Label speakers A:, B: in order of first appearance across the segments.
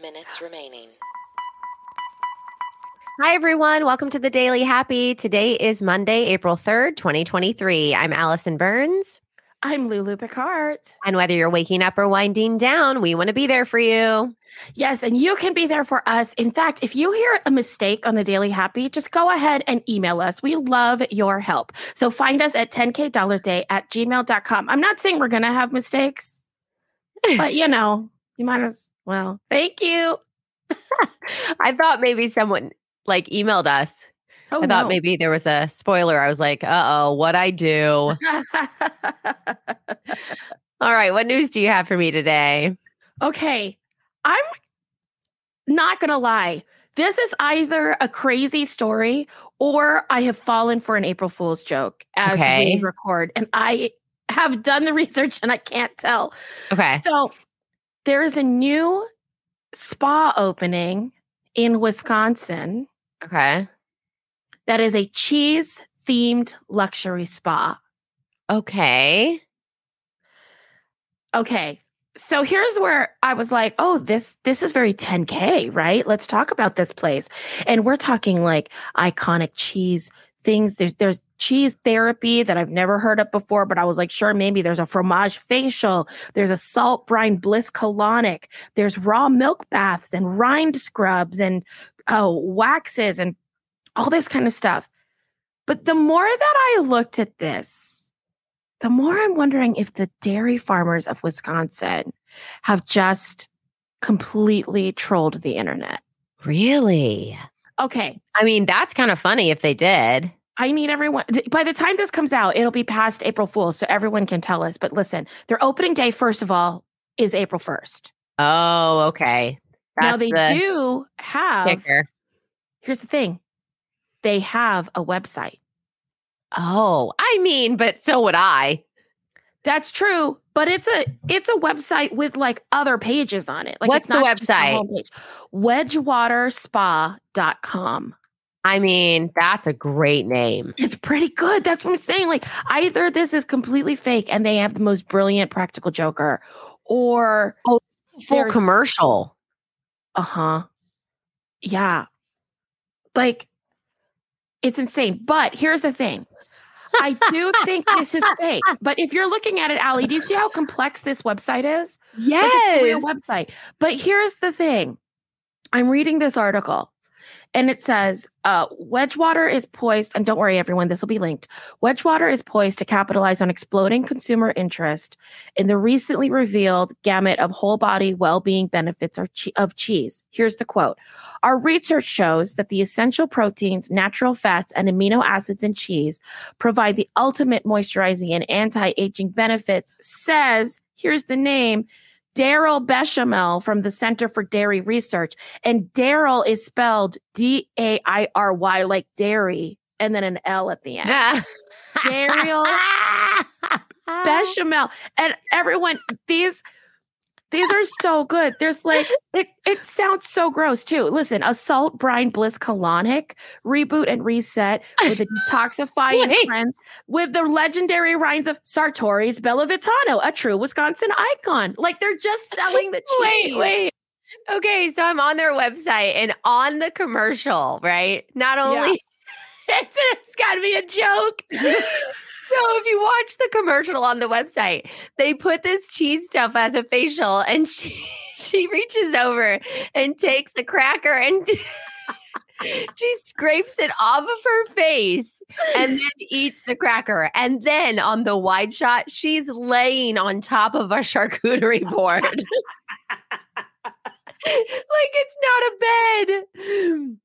A: minutes remaining.
B: Hi, everyone. Welcome to the Daily Happy. Today is Monday, April 3rd, 2023. I'm Allison Burns.
C: I'm Lulu Picard.
B: And whether you're waking up or winding down, we want to be there for you.
C: Yes, and you can be there for us. In fact, if you hear a mistake on the Daily Happy, just go ahead and email us. We love your help. So find us at 10kdollarday at gmail.com. I'm not saying we're going to have mistakes, but you know, you might as well. Thank you.
B: I thought maybe someone like emailed us.
C: Oh,
B: I thought
C: no.
B: maybe there was a spoiler. I was like, uh oh, what I do. All right, what news do you have for me today?
C: okay, I'm not going to lie. This is either a crazy story or I have fallen for an April Fool's joke as
B: Okay.
C: we record. And I have done the research and I can't tell.
B: Okay.
C: So there is a new spa opening in Wisconsin
B: Okay.
C: that is a cheese themed luxury spa.
B: Okay.
C: Okay. So here's where I was like, "Oh, this this is very 10K, right? Let's talk about this place." And we're talking like iconic cheese things. There's there's cheese therapy that I've never heard of before, but I was like, "Sure, maybe there's a fromage facial, there's a salt brine bliss colonic, there's raw milk baths and rind scrubs and oh, waxes and all this kind of stuff." But the more that I looked at this, the more I'm wondering if the dairy farmers of Wisconsin have just completely trolled the internet.
B: Really?
C: Okay,
B: I mean, that's kind of funny if they did.
C: I need everyone. th- By the time this comes out, it'll be past April Fool's, so everyone can tell us. But listen, their opening day, first of all, is April 1st.
B: Oh, okay. That's
C: now, they
B: the
C: do have,
B: kicker.
C: here's the thing they have a website.
B: Oh, I mean, but so would I.
C: That's true, but it's a it's a website with like other pages on it. Like
B: What's
C: it's
B: the
C: not just
B: website?
C: homepage. Wedgewaterspa.com.
B: I mean, that's a great name.
C: It's pretty good. That's what I'm saying. Like, either this is completely fake and they have the most brilliant practical joker, or,
B: Full
C: There's-
B: commercial.
C: uh huh. Yeah. Like, it's insane. But here's the thing I do think this is fake. But if you're looking at it, Allie, do you see how complex this website is? Like, it's a real website. But here's the thing I'm reading this article and it says uh, Wedgewater is poised, and don't worry, everyone, this will be linked. Wedgewater is poised to capitalize on exploding consumer interest in the recently revealed gamut of whole body well being benefits or che- of cheese. Here's the quote Our research shows that the essential proteins, natural fats, and amino acids in cheese provide the ultimate moisturizing and anti aging benefits, says, here's the name. Daryl Bechamel from the Center for Dairy Research. And Daryl is spelled D A I R Y, like dairy, and then an L at the end. Daryl
B: Uh-huh.
C: Bechamel. And everyone, these these are so good. There's like it it sounds so gross too. Listen, a salt brine bliss colonic reboot and reset with a detoxifying
B: Wait.
C: cleanse with the legendary rinds of Sartori's Bella Vitano, a true Wisconsin icon. Like they're just selling the cheese.
B: Wait, wait. Okay, so I'm on their website and on the commercial, right? Not only it's, it's got to be a joke. so if you watch the commercial on the website, they put this cheese stuff as a facial, and she she reaches over and takes the cracker and. She scrapes it off of her face and then eats the cracker. And then on the wide shot, she's laying on top of a charcuterie board like it's not a bed.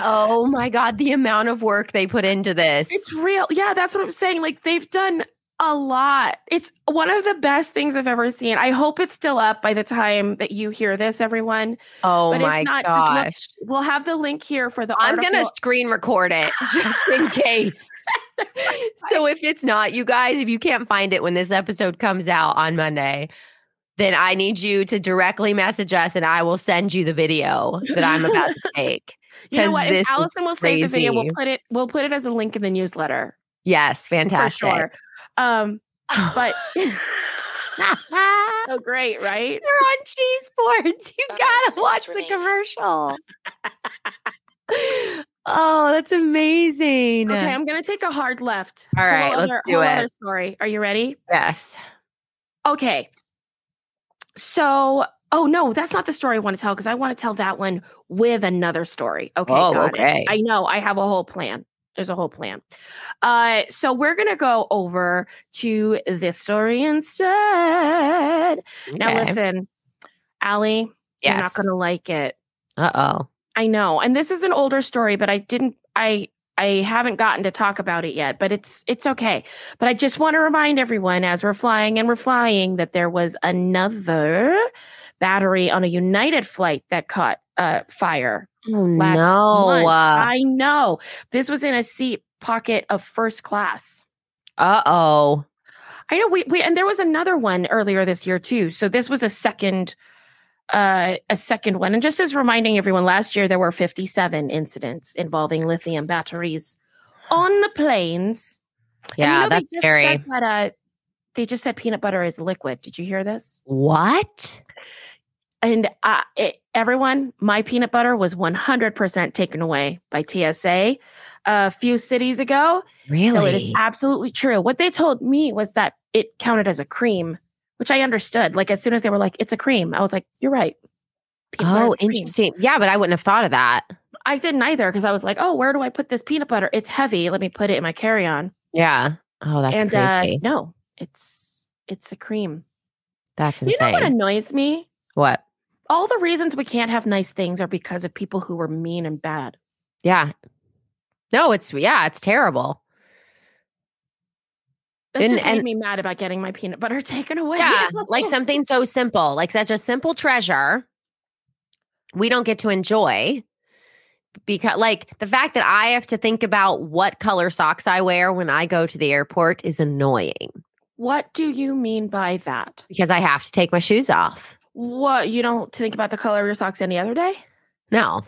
B: Oh my god, the amount of work they put into this.
C: It's real. Yeah, that's what I'm saying. Like they've done a lot. It's one of the best things I've ever seen. I hope it's still up by the time that you hear this, everyone.
B: oh
C: but if
B: my
C: not, just look-
B: gosh.
C: We'll have the link here for the
B: I'm going to
C: article.
B: screen record it just in case. so if it's not, you guys, if you can't find it when this episode comes out on Monday, then I need you to directly message us and I will send you the video that I'm about to take.
C: you know
B: 'cause
C: what?
B: this
C: If
B: is
C: Allison will save the video, we'll
B: crazy.
C: put it we'll put it as a link in the newsletter
B: Yes, fantastic.
C: for sure. Um but so great, right?
B: They're on cheese boards. You
A: Oh,
B: gotta
A: that's
B: watch the
A: amazing.
B: commercial. oh, that's amazing.
C: Okay, I'm gonna take a hard left.
B: All right,
C: Whole
B: let's
C: other-
B: do
C: whole
B: it.
C: other Story. Are you ready?
B: Yes.
C: Okay. So, oh no, that's not the story I want to tell because I want to tell that one with another story. Okay.
B: Oh,
C: got it.
B: okay.
C: I know I have a whole plan. There's a whole plan. Uh, so we're gonna go over to this story instead. Now
B: Okay.
C: listen, Allie,
B: Yes.
C: you're not gonna like it.
B: Uh oh.
C: I know. And this is an older story, but I didn't I I haven't gotten to talk about it yet, but it's it's okay. But I just want to remind everyone as we're flying and we're flying that there was another battery on a United flight that caught uh fire.
B: Oh
C: Last
B: no.
C: month,
B: Uh
C: I know. This was in a seat pocket of first class.
B: oh.
C: I know we, we and there was another one earlier this year too. So this was a second uh a second one. And just as reminding everyone, last year there were 57 incidents involving lithium batteries on the planes. And you
B: Yeah,
C: know they
B: that's
C: just
B: scary.
C: said that, uh, they just said peanut butter is liquid. Did you hear this?
B: what?
C: And uh, it, everyone, my peanut butter was 100% taken away by TSA a few cities ago.
B: Really?
C: So it is absolutely true. What they told me was that it counted as a cream, which I understood. Like as soon as they were like, "It's a cream," I was like, "You're right." Peanut butter
B: oh,
C: is cream."
B: interesting. Yeah, but I wouldn't have thought of that.
C: I didn't either because I was like, "Oh, where do I put this peanut butter? It's heavy. Let me put it in my carry-on."
B: Yeah. Oh, that's
C: and
B: crazy.
C: Uh, no, it's it's a cream.
B: that's
C: You know
B: insane.
C: what annoys me?
B: what?
C: All the reasons we can't have nice things are because of people who were mean and bad.
B: Yeah. No, it's yeah, it's terrible.
C: That
B: And-
C: just made
B: and-
C: me mad about getting my peanut butter taken away.
B: Yeah, like something so simple, like such a simple treasure we don't get to enjoy because like the fact that I have to think about what color socks I wear when I go to the airport is annoying
C: What do you mean by that?
B: because I have to take my shoes off.
C: What you don't think about the color of your socks any other day?
B: No,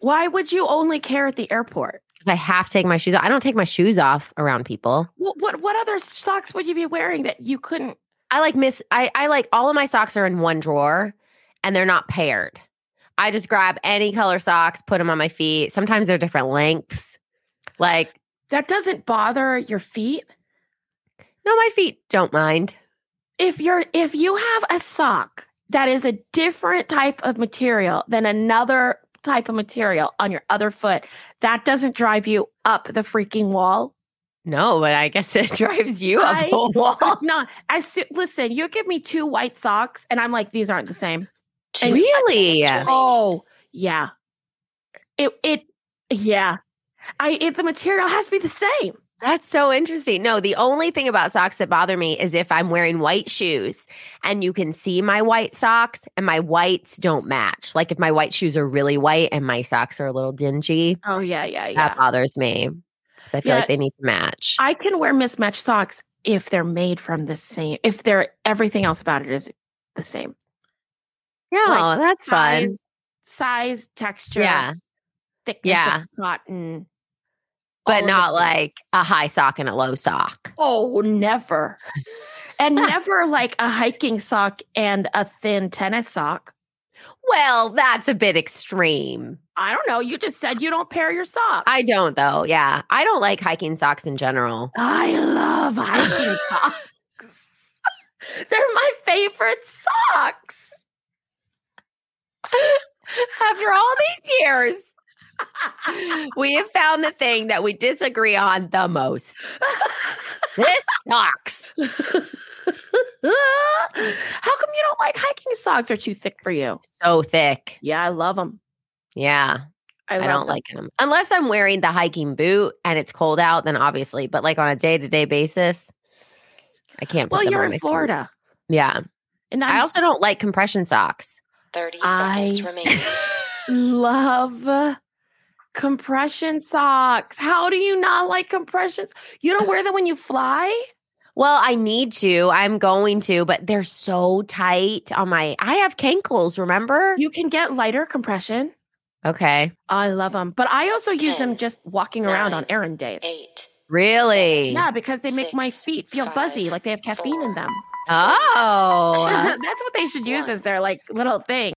C: Why would you only care at the airport?
B: 'cause I have to take my shoes off. I don't take my shoes off around people.
C: What what what other socks would you be wearing that you couldn't?
B: I like miss I I like all of my socks are in one drawer and they're not paired. I just grab any color socks, put them on my feet. Sometimes they're different lengths. Like
C: That doesn't bother your feet.
B: no, my feet don't mind.
C: If you're if you have a sock that is a different type of material than another type of material on your other foot, that doesn't drive you up the freaking wall.
B: No, but I guess it drives you up
C: I
B: the wall.
C: No, as soo- listen, you give me two white socks, and I'm like, these aren't the same. and-
B: Really?
A: I- Right.
C: Oh, yeah. It it yeah. I it, the material has to be the same.
B: That's so interesting. No, the only thing about socks that bother me is if I'm wearing white shoes and you can see my white socks and my whites don't match. Like if my white shoes are really white and my socks are a little dingy,
C: Oh yeah, yeah,
B: that bothers me because I feel
C: Yeah.
B: like they need to match.
C: I can wear mismatched socks if they're made from the same. If they're everything else about it is the same
B: No,
C: like,
B: that's fun.
C: size, size, texture,
B: Yeah,
C: thickness,
B: Yeah.
C: of cotton, all
B: but
C: of
B: not
C: it.
B: like a high sock and a low sock.
C: oh, never, and never like a hiking sock and a thin tennis sock.
B: Well, that's a bit extreme.
C: I don't know. You just said you don't pair your socks.
B: I don't though. Yeah, I don't like hiking socks in general.
C: I love hiking socks. They're my favorite socks.
B: After all these years, we have found the thing that we disagree on the most. This sucks.
C: How come you don't like hiking socks? They're too thick for you.
B: So thick.
C: Yeah, I love them.
B: Yeah,
C: I,
B: I,
C: love
B: don't
C: 'em.
B: like them unless I'm wearing the hiking boot and it's cold out. Then obviously, but like on a day to day basis, I can't. Put
C: Well,
B: them
C: you're
B: on
C: in
B: my feet.
C: Florida,
B: Yeah.
C: and
B: i
C: I
B: also don't like compression socks.
A: 30
C: I-
A: seconds remaining.
C: love uh, compression socks. How do you not like compressions? You don't wear them when you fly.
B: Well, I need to. I'm going to, but they're so tight on my. I have cankles, remember?
C: You can get lighter compression.
B: okay.
C: I love them, but I also use them
A: Ten,
C: just walking around on
A: nine,
C: errand days.
A: Eight.
B: Really?
C: Yeah, because they make my
A: six,
C: feet feel
A: five,
C: buzzy, like they have caffeine in them.
B: Oh.
C: That's what they should use as their like little thing.